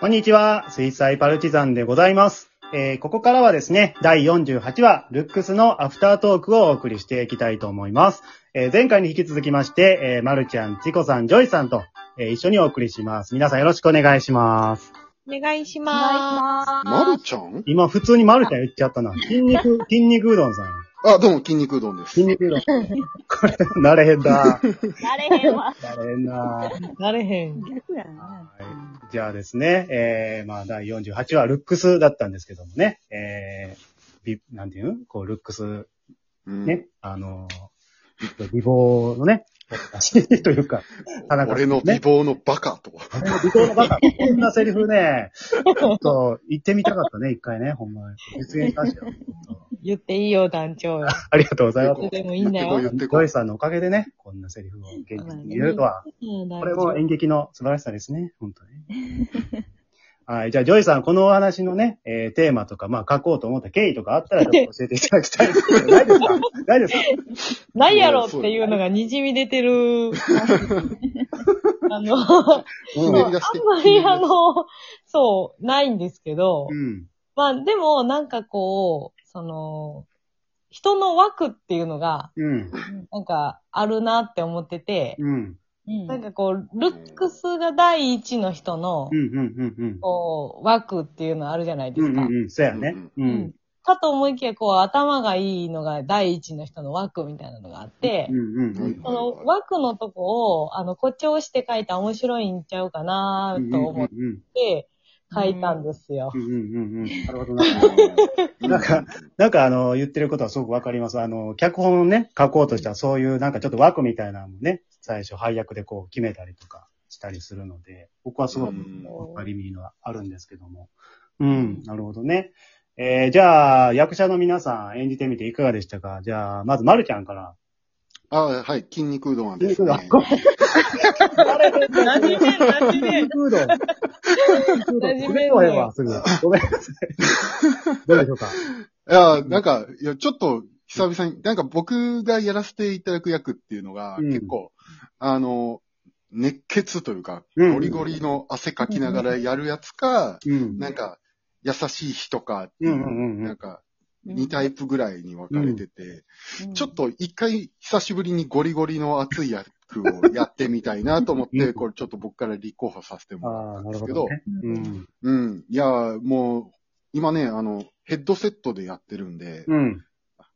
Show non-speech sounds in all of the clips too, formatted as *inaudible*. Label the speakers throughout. Speaker 1: こんにちは、水彩パルチザンでございます。えーここからはですね、第48話、ルックスのアフタートークをお送りしていきたいと思います。えー前回に引き続きまして、えー、まるちゃん、チコさん、ジョイさんと、えー一緒にお送りします。皆さんよろしくお願いします。
Speaker 2: お願いし
Speaker 3: お
Speaker 2: ま
Speaker 3: 願いし
Speaker 4: ま
Speaker 3: ま
Speaker 4: る
Speaker 3: す。
Speaker 4: ちゃん
Speaker 1: 今、普通にまるちゃん言っちゃったな。筋 *laughs* 肉、筋肉うどんさん。
Speaker 4: あ、どうも、筋肉うどんです。
Speaker 1: 筋肉うどん。これ、慣れへんな。
Speaker 3: 誰へんわ。
Speaker 1: 慣れへんな。
Speaker 2: す。なれへん。
Speaker 3: 逆やな。
Speaker 1: じゃあですね、えー、まあ、第48話、ルックスだったんですけどもね、えー、びなんていうんこう、ルックス、
Speaker 4: うん
Speaker 1: ね、あのー、美貌のね、 *laughs* 足というか、田中さ
Speaker 4: 俺
Speaker 1: んね
Speaker 4: の美貌のバカと。
Speaker 1: 美貌のバカ、こんなセリフ *laughs* ね、ちょっと言ってみたかったね、一回ね、ほんまに。実現したよ。
Speaker 2: 言っていいよ、団長。い
Speaker 1: *laughs* ありがとうございま
Speaker 2: つ
Speaker 1: す。
Speaker 2: でもいいんだ
Speaker 4: 言
Speaker 2: よ。
Speaker 4: ってこ
Speaker 1: ゴ
Speaker 4: い
Speaker 1: イ。さんのおかげでね、こんなセリフを元気に言えるとは、こ
Speaker 2: こ
Speaker 1: れも演劇の素晴らしさですね、本当に。はい。じゃあ、ジョイさん、このお話のね、えーテーマとか、まあ、書こうと思った経緯とかあったら、ちょっと教えていただきたいんですけど。ないですかないですか
Speaker 2: ないやろっていうのが滲み出
Speaker 1: *laughs*
Speaker 2: てる。あの、あ
Speaker 4: ひねり出して。
Speaker 2: んまりあの、そう、ないんですけど
Speaker 1: う、ん。
Speaker 2: まあでもなんかこう、その、人の枠っていうのが、
Speaker 1: うん。
Speaker 2: なんかあるなって思ってて、
Speaker 1: うん。
Speaker 3: うん
Speaker 2: なんかこう、ルックスが第一の人の
Speaker 1: うん。う、ん。うん。うん。
Speaker 2: こう、枠っていうのあるじゃないで
Speaker 1: う
Speaker 2: す
Speaker 1: ん。
Speaker 2: か。
Speaker 1: うん。そうやね。う
Speaker 2: うんん。かと思いきや、こう、頭がいいのが第一の人の枠みたいなのがあって
Speaker 1: うん。、うん。うん。
Speaker 2: その枠のとこを、あの、誇張して書いたら面白いんちゃうかな
Speaker 1: うん。
Speaker 2: と思っ
Speaker 1: うん。
Speaker 2: て書いたんですよ。
Speaker 1: うん。うん。なるほどな。
Speaker 4: うん
Speaker 1: なんか、なんかあの、言ってることはすごくわかります。あの、脚本をね、書こうとしたら、そういうなんかちょっと枠みたいなのもね、最初配役でこう決めたりとかしたりするので、僕はすごく
Speaker 4: うん
Speaker 1: わかりみのはあるんですけども。うん、なるほどね。えー、じゃあ、役者の皆さん演じてみていかがでしたかじゃあ、まず、まるちゃんから。
Speaker 4: あ、はい、筋肉うどんはで
Speaker 1: 筋
Speaker 4: す
Speaker 1: 肉うどん。
Speaker 4: ね。
Speaker 1: 筋
Speaker 2: なじめ、なじめ。
Speaker 1: 肉うどん。
Speaker 2: 馴染
Speaker 1: こ
Speaker 2: め
Speaker 1: れ
Speaker 2: んのよ
Speaker 1: はええわすぐ。ごめんなさい。どうでしょうか
Speaker 4: いや、なんか、いや、ちょっと、久々に、なんか僕がやらせていただく役っていうのが、
Speaker 1: うん
Speaker 4: 結構、あの、熱血というか、
Speaker 1: うん
Speaker 4: ゴリゴリの汗かきながらやるやつか、
Speaker 1: うん。
Speaker 4: なんか、優しい人かって
Speaker 1: う
Speaker 4: い
Speaker 1: んうん
Speaker 4: う、
Speaker 1: うんう
Speaker 4: なん
Speaker 1: ん。
Speaker 4: か、2タイプぐらいに分かれてて、
Speaker 3: うん
Speaker 4: ちょっ、と一回久しぶりにゴリゴリの熱い役をやってみたいなと思っ
Speaker 1: う
Speaker 4: て、
Speaker 1: ん
Speaker 4: これちょっと僕から立候補させてもらっ
Speaker 1: ああ、
Speaker 4: たん
Speaker 1: な
Speaker 4: で
Speaker 1: る
Speaker 4: す
Speaker 1: ほ
Speaker 4: け
Speaker 1: ど
Speaker 4: ど、
Speaker 1: ね。う。
Speaker 3: うん
Speaker 4: うん。いやー、もう、今ね、あの、ヘッドセットでやってるんで、
Speaker 1: うん。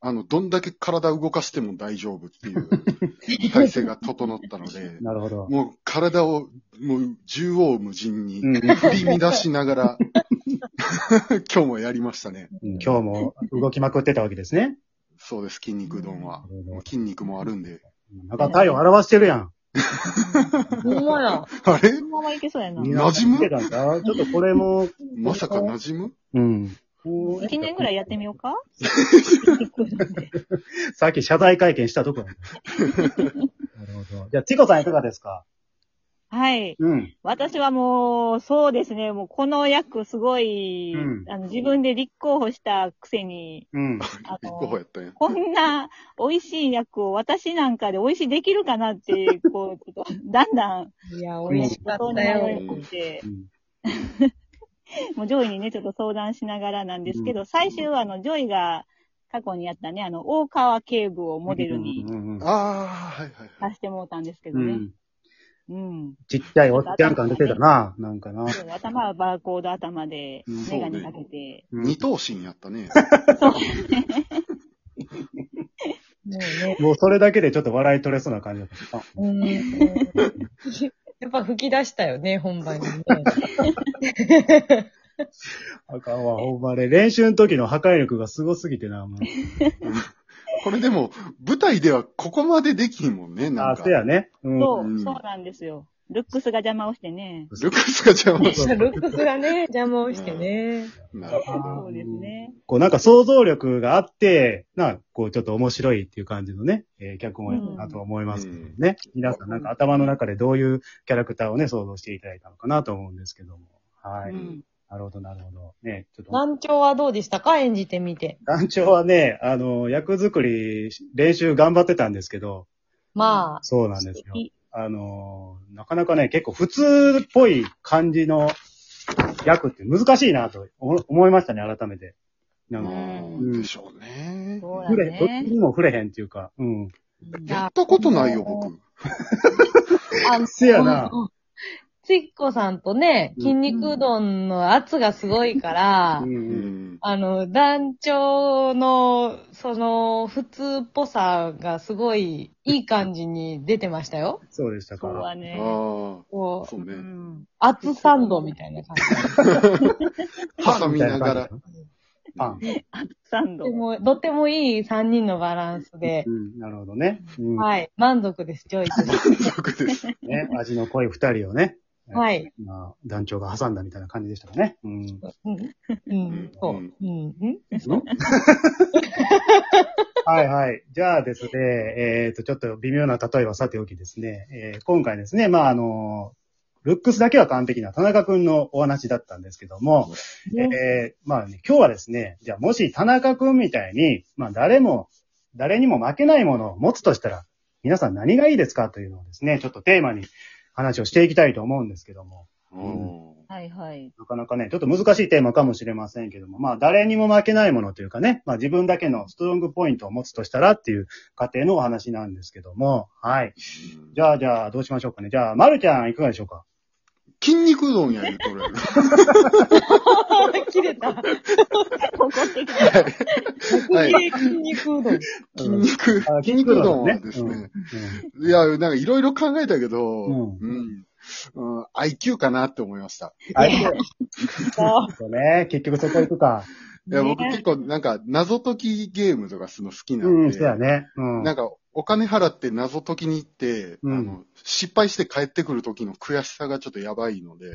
Speaker 4: あの、どんだけ体動かしても大丈夫っていう
Speaker 1: *laughs*
Speaker 4: 体制が整ったので、
Speaker 1: なるほど。
Speaker 4: もう体を、もう縦横無尽に
Speaker 1: うん
Speaker 4: 振り乱しながら、 *laughs* 今日もやりましたね。
Speaker 1: 今日も動きまくってたわけですね。
Speaker 4: そうです、筋肉丼は。筋肉もあるんで。
Speaker 1: なんか体温表してるやん。
Speaker 2: ほんまや。
Speaker 4: あれ
Speaker 3: このままいけそうやな。
Speaker 4: うん馴染む
Speaker 1: 見てたんだちょっとこれも、
Speaker 4: まさか馴染む
Speaker 1: うん。
Speaker 3: 一年ぐらいやってみようか
Speaker 1: さっき謝罪会見した *laughs* とこやんなるほど。じゃあ、チコさんいかがですか
Speaker 3: はい。
Speaker 1: うん。
Speaker 3: 私はもう、そうですね。もう、この役すごい、
Speaker 1: うん
Speaker 3: あの自分で立候補したくせに、
Speaker 1: うん。
Speaker 3: あ
Speaker 4: 立候補
Speaker 3: の、
Speaker 4: やったんや。
Speaker 3: こんな美味しい役を私なんかで美味しいできるかなって、こう、ちょっと、だんだん、
Speaker 2: いや、美味しかったよ。
Speaker 3: って
Speaker 1: う、ん
Speaker 3: もう上位にね、ちょっと相談しながらなんですけど、最終はあの、上位が過去にやったね、あの、大川警部をモデルに
Speaker 1: うんうん
Speaker 4: ああ、はいはいはい。
Speaker 3: させてもらったんですけど
Speaker 1: う
Speaker 3: ね。
Speaker 1: ん。
Speaker 3: うん。
Speaker 1: ちっちゃいおっちゃん感出てたな。なんかな。
Speaker 3: そう頭はバーコード頭で
Speaker 1: うん、
Speaker 3: メガネかけて、
Speaker 1: うん
Speaker 4: 二等身やったね。
Speaker 2: もうね。
Speaker 1: もうそれだけでちょっと笑い取れそうな感じだった。あ
Speaker 2: うんやっぱ吹き出したよね、本番にね。
Speaker 1: あかんわ、ほんまね。練習の時の破壊力がすごすぎて
Speaker 3: *laughs*
Speaker 1: な。もう
Speaker 4: これでも、舞台ではここまでできんもんね、な
Speaker 1: あ、
Speaker 4: んか。
Speaker 1: そうやね。うん。
Speaker 3: そうう、
Speaker 4: ん
Speaker 3: そうなんですよ。ルックスが邪魔をしてね。
Speaker 4: ルカスが
Speaker 1: *laughs*
Speaker 4: 邪魔し
Speaker 2: ルックスがね、邪魔をしてね。
Speaker 4: た。なるほど。
Speaker 1: ー
Speaker 3: そうですね。
Speaker 1: こうなんか想像力があって、な、こうちょっと面白いっていう感じのね、えー脚本やったなと思いますけどね。皆さんなんか頭の中でどういうキャラクターをね、想像していただいたのかなと思うんですけども。はい。
Speaker 3: うん
Speaker 1: なるほど、なるほど。ね、ちょっと。
Speaker 2: 団長はどうでしたか演じてみて。
Speaker 1: 団長はね、あの、役作り、練習頑張ってたんですけど、
Speaker 2: まあ、
Speaker 1: そうなんですよ
Speaker 3: 素敵。
Speaker 1: あの、なかなかね、結構普通っぽい感じの役って難しいなと思思いましたね、改めて。なんか、
Speaker 4: うんでしょうね。
Speaker 3: そうだ
Speaker 1: 触れ、どっち
Speaker 3: ね。
Speaker 1: にも触れへんっていうか、うん。
Speaker 4: やったことないよ、僕。
Speaker 2: あの
Speaker 1: せやな。
Speaker 2: うんつっこさんとね、筋肉うどんの圧がすごいから、
Speaker 1: うんう
Speaker 4: うんん。
Speaker 2: あの、団長の、その、普通っぽさがすごい、いい感じに出てましたよ。
Speaker 1: そうでしたか
Speaker 3: そう
Speaker 1: ら。
Speaker 3: はね。
Speaker 4: ああ、
Speaker 2: こう、
Speaker 4: そう
Speaker 3: う
Speaker 4: ね。
Speaker 3: ん
Speaker 2: 圧サンドみたいな感じ。
Speaker 4: 挟みながら。
Speaker 1: パン。
Speaker 3: サンド
Speaker 2: とて。も、とてもいい3人のバランスで
Speaker 1: う、ん、なるほどね。うん。
Speaker 2: はい、満足です、ジョイス。 *laughs*
Speaker 4: 僕です。
Speaker 1: ね、味の濃い二人をね、
Speaker 2: はい。
Speaker 1: まあ、団長が挟んだみたいな感じでしたかね。うん。
Speaker 2: うん、うん、そう。うん、うん。
Speaker 1: はいはい。じゃあですね、えっ、と、ちょっと微妙な例えはさておきですね、えー今回ですね、まああの、ルックスだけは完璧な田中くんのお話だったんですけども、えーまあね、今日はですね、じゃあもし田中くんみたいに、まあ誰も、誰にも負けないものを持つとしたら、皆さん何がいいですかというのをですね、ちょっとテーマに話をしていきたいと思うんですけども、
Speaker 4: うん
Speaker 3: はいはい。
Speaker 1: なかなかね、ちょっと難しいテーマかもしれませんけども、まあ誰にも負けないものというかね、まあ自分だけのストロングポイントを持つとしたらっていう過程のお話なんですけども、はい。じゃあじゃあどうしましょうかね。じゃあ、まるちゃんいかがでしょうか
Speaker 4: 筋肉うどんやる、
Speaker 3: *laughs*
Speaker 4: これ。
Speaker 2: 切れた。
Speaker 3: ここ的な。
Speaker 2: 特芸筋肉うどん。
Speaker 4: 筋肉、筋肉うどんはです
Speaker 1: うん
Speaker 4: ね。いや、なんかいろいろ考えたけど、
Speaker 1: うん
Speaker 4: うん。うん、IQ かなって思いました。
Speaker 1: あれ
Speaker 2: も
Speaker 1: そうね、結局そこ行くか。
Speaker 4: いや、
Speaker 3: ね
Speaker 4: 僕結構なんか謎解きゲームとかするの好きな
Speaker 1: うんん、
Speaker 4: で、
Speaker 1: そうやね。うん。
Speaker 4: なんかお金払って謎解きに行って、
Speaker 1: うん
Speaker 4: あの失敗して帰ってくる時の悔しさがちょっとやばいので、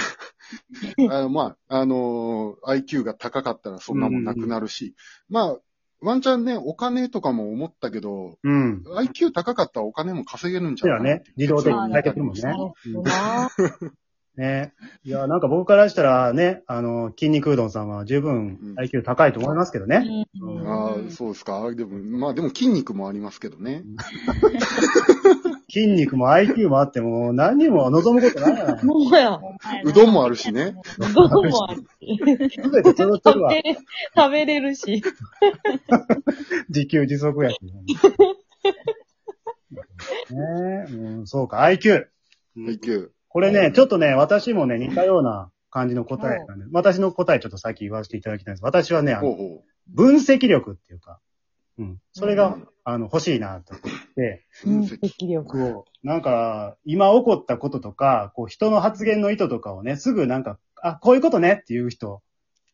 Speaker 4: *laughs* あのまあ、あのー IQ が高かったらそんなもんなくなるし、まあ、ワンチャンね、お金とかも思ったけど、
Speaker 1: うん。
Speaker 4: IQ 高かったらお金も稼げるんじ
Speaker 1: そう
Speaker 4: ゃな
Speaker 1: や
Speaker 4: い
Speaker 1: ね。自動的に解決もね。
Speaker 2: うな
Speaker 1: ね。いや、なんか僕からしたらね、あの、筋肉うどんさんは十分 IQ 高いと思いますけどね。
Speaker 2: うん
Speaker 4: ああ、そうですか。でも、まあでも筋肉もありますけどね。
Speaker 1: 筋肉も IQ もあっても、何にも望むことない *laughs* やな。
Speaker 2: もうや、
Speaker 4: うどんもあるしね。
Speaker 2: どうもあるし。
Speaker 1: すべてそろそ
Speaker 2: 食
Speaker 1: ろは
Speaker 2: べれ、食べれるし。
Speaker 1: 自給自足やし。ねえ、うん、そうか、IQ。
Speaker 4: IQ。
Speaker 1: これね、ちょっとね、私もね、似たような感じの答えなんで、私の答えちょっと先言わせていただきたいんです。私はね、あ
Speaker 4: ほう
Speaker 1: の
Speaker 4: ほ
Speaker 1: 分析力っていうか、うん、それが
Speaker 4: うん、
Speaker 1: あの、欲しいなと思って、
Speaker 4: う。分析。
Speaker 2: 析力。
Speaker 1: こう、なんか、今起こったこととか、こう、人の発言の意図とかをね、すぐなんか、あ、こういうことねっていう人、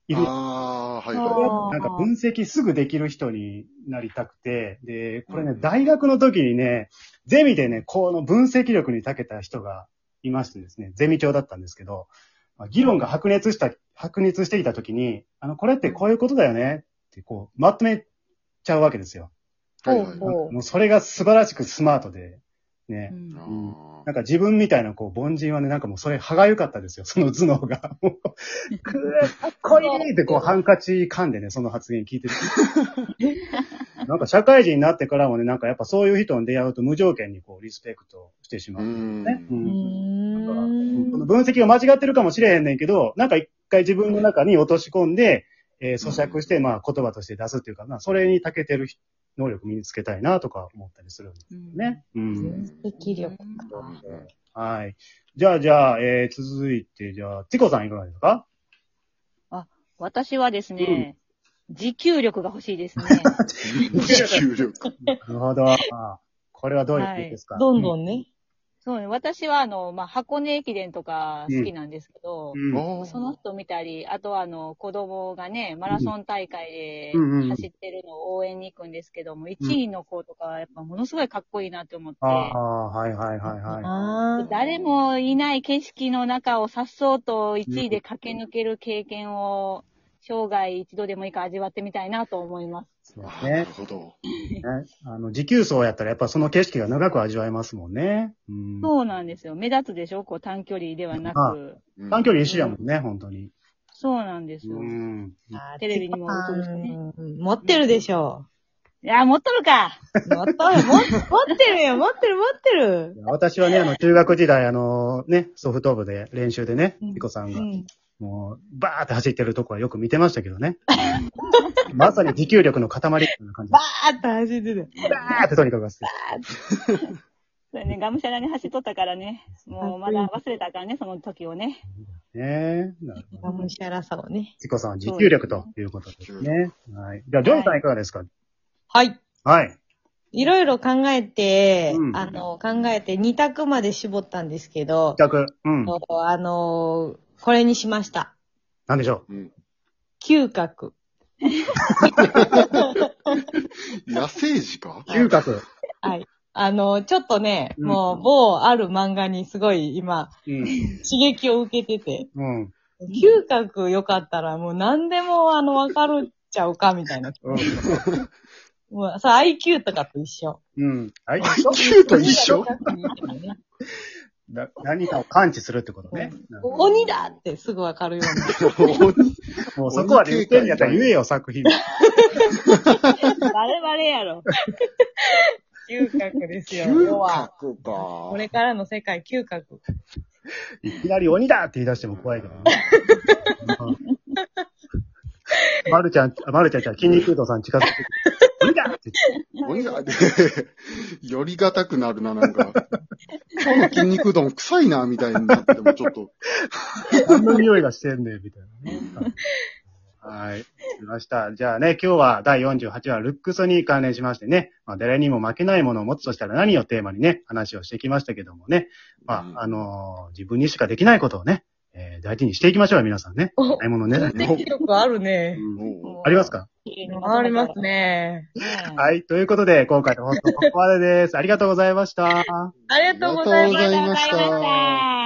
Speaker 1: いる
Speaker 4: ああ、はい
Speaker 3: あー
Speaker 4: は
Speaker 1: なんか
Speaker 3: あー
Speaker 1: 分析すぐできる人になりたくて、で、これね
Speaker 4: う、ん
Speaker 1: 大学の時にね、ゼミでね、この分析力に長けた人がいましてですね、ゼミ長だったんですけど、まあ議論が白熱した、白熱していた時に、あの、これってこういうことだよねって、こう、まとめちゃうわけですよ。
Speaker 4: い。はいはい。
Speaker 2: ほう
Speaker 1: もうそれが素晴らしくスマートで、ね。
Speaker 4: あー
Speaker 1: なんか自分みたいなこう凡人はね、なんかもうそれ歯がゆかったですよ、その頭脳が。もうくー、かっこいいってこうハンカチ噛んでね、その発言聞いてる。 *laughs* なんか社会人になってからもね、なんかやっぱそういう人に出会うと無条件にこうリスペクトしてしま
Speaker 4: う
Speaker 1: う。
Speaker 4: ん。
Speaker 1: ねう
Speaker 2: うんー
Speaker 1: だから
Speaker 2: ん
Speaker 1: この分析が間違ってるかもしれへんねんけど、なんか一回自分の中に落とし込んで、えー咀嚼して、まあ言葉として出すっていうかな、それに長けてる能力身につけたいなとか思ったりするんです
Speaker 3: うん
Speaker 1: ね。うん
Speaker 2: 分析力か。
Speaker 1: はい。じゃあ、じゃあ、えー、続いて、じゃあ、チコさんいかがですか
Speaker 3: 私はですね、持久力が欲しいですね。
Speaker 4: 持久力。
Speaker 1: なるほど。あこれはどういうことですか、
Speaker 2: どんどんね。
Speaker 3: そうね、私はあの、まあ、箱根駅伝とか好きなんですけど、
Speaker 1: うん。うん。
Speaker 4: あー
Speaker 3: その人見たり、あとはあの、子供がね、マラソン大会で
Speaker 1: うんうんうん
Speaker 3: 走ってるのを応援に行くんですけども、1位の子とかはやっぱものすごいかっこいいなって思って、
Speaker 1: ああ、はいはいはいは
Speaker 2: ああ。
Speaker 3: 誰もいない景色の中をさっそうと1位で駆け抜ける経験を、生涯一度でもいいから味わってみたいなと思います。
Speaker 1: い。そうです
Speaker 4: あーな
Speaker 1: ね
Speaker 4: る。ほど。
Speaker 1: ねあの、持久走やったらやっぱその景色が長く味わえますもんね。うん。
Speaker 3: そうなんですよ。目立つでしょこう短距離ではな
Speaker 1: あ
Speaker 3: く。
Speaker 4: うん
Speaker 1: 短距離一緒やもんね、本当に。
Speaker 3: そうなんですよ。
Speaker 1: ん。
Speaker 2: あー
Speaker 3: テレビにも映るしね
Speaker 2: うん持ってるでしょ
Speaker 3: いや、持っとるか。
Speaker 2: 持っとる、持持ってるよ、持ってる、持ってる。
Speaker 1: 私はね、あの、中学時代、あの、ね、ソフト部で練習でね、
Speaker 2: うん
Speaker 1: ピコさん
Speaker 2: う
Speaker 1: が、
Speaker 2: ん。
Speaker 1: もう、バーって走ってるとこはよく見てましたけどね。 *laughs* まさに持久力の塊みたいな感じで
Speaker 2: バ。ーって走ってる。
Speaker 1: バーってとにかく走って。
Speaker 3: そうやね、がむしゃらに走っとったからね。もうまだ忘れたからね、その時をね。
Speaker 1: ねえ。なるほど
Speaker 2: がむしゃらさをね。
Speaker 1: チコさんは持久力ということですね。はい。じゃあ、ジョイさんいかがですか
Speaker 2: はい。
Speaker 1: はい。
Speaker 2: いろいろ考えて、
Speaker 1: うん
Speaker 2: あの、考えて2択まで絞ったんですけど、
Speaker 1: 企画。うん。
Speaker 2: あの、これにしました。
Speaker 1: なんでしょ
Speaker 4: うん。
Speaker 2: 嗅覚。
Speaker 4: 野生児か
Speaker 1: う。嗅覚。
Speaker 2: はい。あの、ちょっとね、
Speaker 1: うん
Speaker 2: もう某ある漫画にすごい今、
Speaker 1: うん。
Speaker 2: 刺激を受けてて、
Speaker 1: うん。
Speaker 2: 嗅覚良かったらもう何でもあの、わかるっちゃうかみたいな。もう、さ、IQ とかと一緒。
Speaker 1: うん。はい。
Speaker 4: IQ と一緒
Speaker 1: な何かを感知するってことね。
Speaker 2: 鬼だってすぐわかるような。
Speaker 1: もうそこは言ってんやったら言えよ、作品。
Speaker 3: バレバレやろ。
Speaker 2: 嗅覚ですよ。要
Speaker 4: 嗅
Speaker 2: は、
Speaker 4: 覚か。
Speaker 2: これからの世界、嗅覚。
Speaker 1: いきなり鬼だって言い出しても怖いけど *laughs* ね。うんまるちゃん、あまるちゃんじゃん、筋肉道さん近づいてくる。鬼だって
Speaker 4: 鬼 *laughs* が、よりがたくなるな、なんか。今日の筋肉丼臭いな、みたいになってもちょっと。
Speaker 1: *laughs* 言って、何の匂いがしてんねん、みたいなね。はい。わかりました。じゃあね、今日は第48話、ルックスに関連しましてね、まあ、誰にも負けないものを持つとしたら何をテーマにね、話をしてきましたけどもね、まあ、あのー自分にしかできないことをね、えー大事にしていきましょう、皆さんね。
Speaker 2: お
Speaker 1: ないものね。
Speaker 2: 的力あるね
Speaker 4: も
Speaker 1: ありますか
Speaker 2: ありますね。
Speaker 3: は
Speaker 1: はい。ということで、今回の放送、ここまでです。ありがとうございました。
Speaker 2: ありがとうございま
Speaker 4: ありがとうござい
Speaker 2: す。
Speaker 4: ました
Speaker 3: ありがとうございました。